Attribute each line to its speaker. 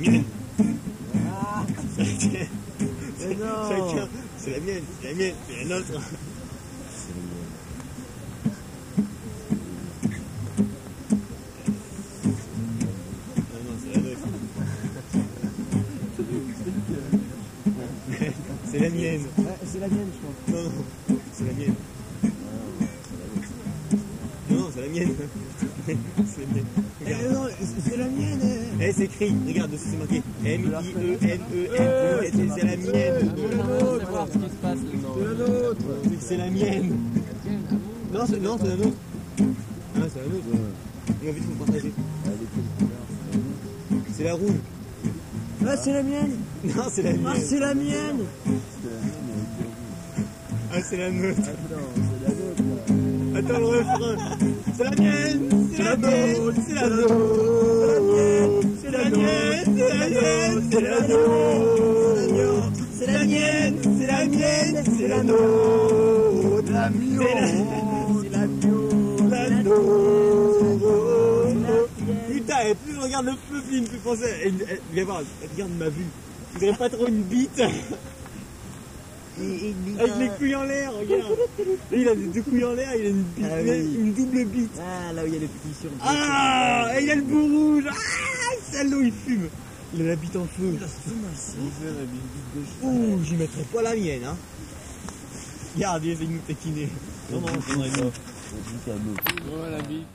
Speaker 1: mienne.
Speaker 2: Ah,
Speaker 1: Ça a été-
Speaker 2: mais non
Speaker 1: Chacun, c'est la mienne, c'est la mienne, c'est la nôtre. Non, non, c'est la nôtre. C'est la mienne.
Speaker 2: Ouais, C'est la mienne, je crois.
Speaker 1: Non, non, c'est la mienne. Non, non, c'est la mienne. C'est la mienne.
Speaker 2: Eh
Speaker 1: Regarde.
Speaker 2: non, c'est- c'est la mienne eh.
Speaker 1: Eh, c'est écrit, regarde, dessus c'est marqué E M-I-E-N-E-N-E, E, c'est la mienne.
Speaker 2: C'est la nôtre
Speaker 3: savoir ce qui se passe là-dedans.
Speaker 2: C'est la nôtre
Speaker 1: C'est que c'est la mienne. Non, c'est non, c'est la nôtre. Ah, c'est la nôtre. On a envie de vous partager. C'est la rouge.
Speaker 2: Ah, c'est la mienne
Speaker 1: Non, c'est la
Speaker 2: Ah,
Speaker 1: mienne.
Speaker 2: c'est la mienne
Speaker 1: Ah, c'est la nôtre. Attends le refrain. C'est la mienne. C'est la mienne. C'est la nôtre. C'est la mienne. C'est la mienne. C'est la nôtre. C'est la mienne. C'est la mienne. C'est la nôtre.
Speaker 2: La mienne C'est la mienne
Speaker 1: La nôtre. Putain, et plus je regarde le plus film, plus je pensais. Elle, elle- viens voir, elle regarde ma vue. Vous avez pas trop une bite
Speaker 2: Et- et une bite,
Speaker 1: Avec les
Speaker 2: hein.
Speaker 1: couilles en l'air, regarde. Lui, il a des deux couilles en l'air, il a une, bite,
Speaker 2: Ah
Speaker 1: il a
Speaker 2: oui.
Speaker 1: une double bite.
Speaker 2: Ah, là où il y a le petit sur.
Speaker 1: Ah Et il a le bout rouge Ah Salaud, il fume Il a la bite en feu. Ouh, j'y mettrai pas la mienne, hein. Regarde, il essaye de nous taquiner. Non, non, j'en ai pas.
Speaker 3: Oh la bite.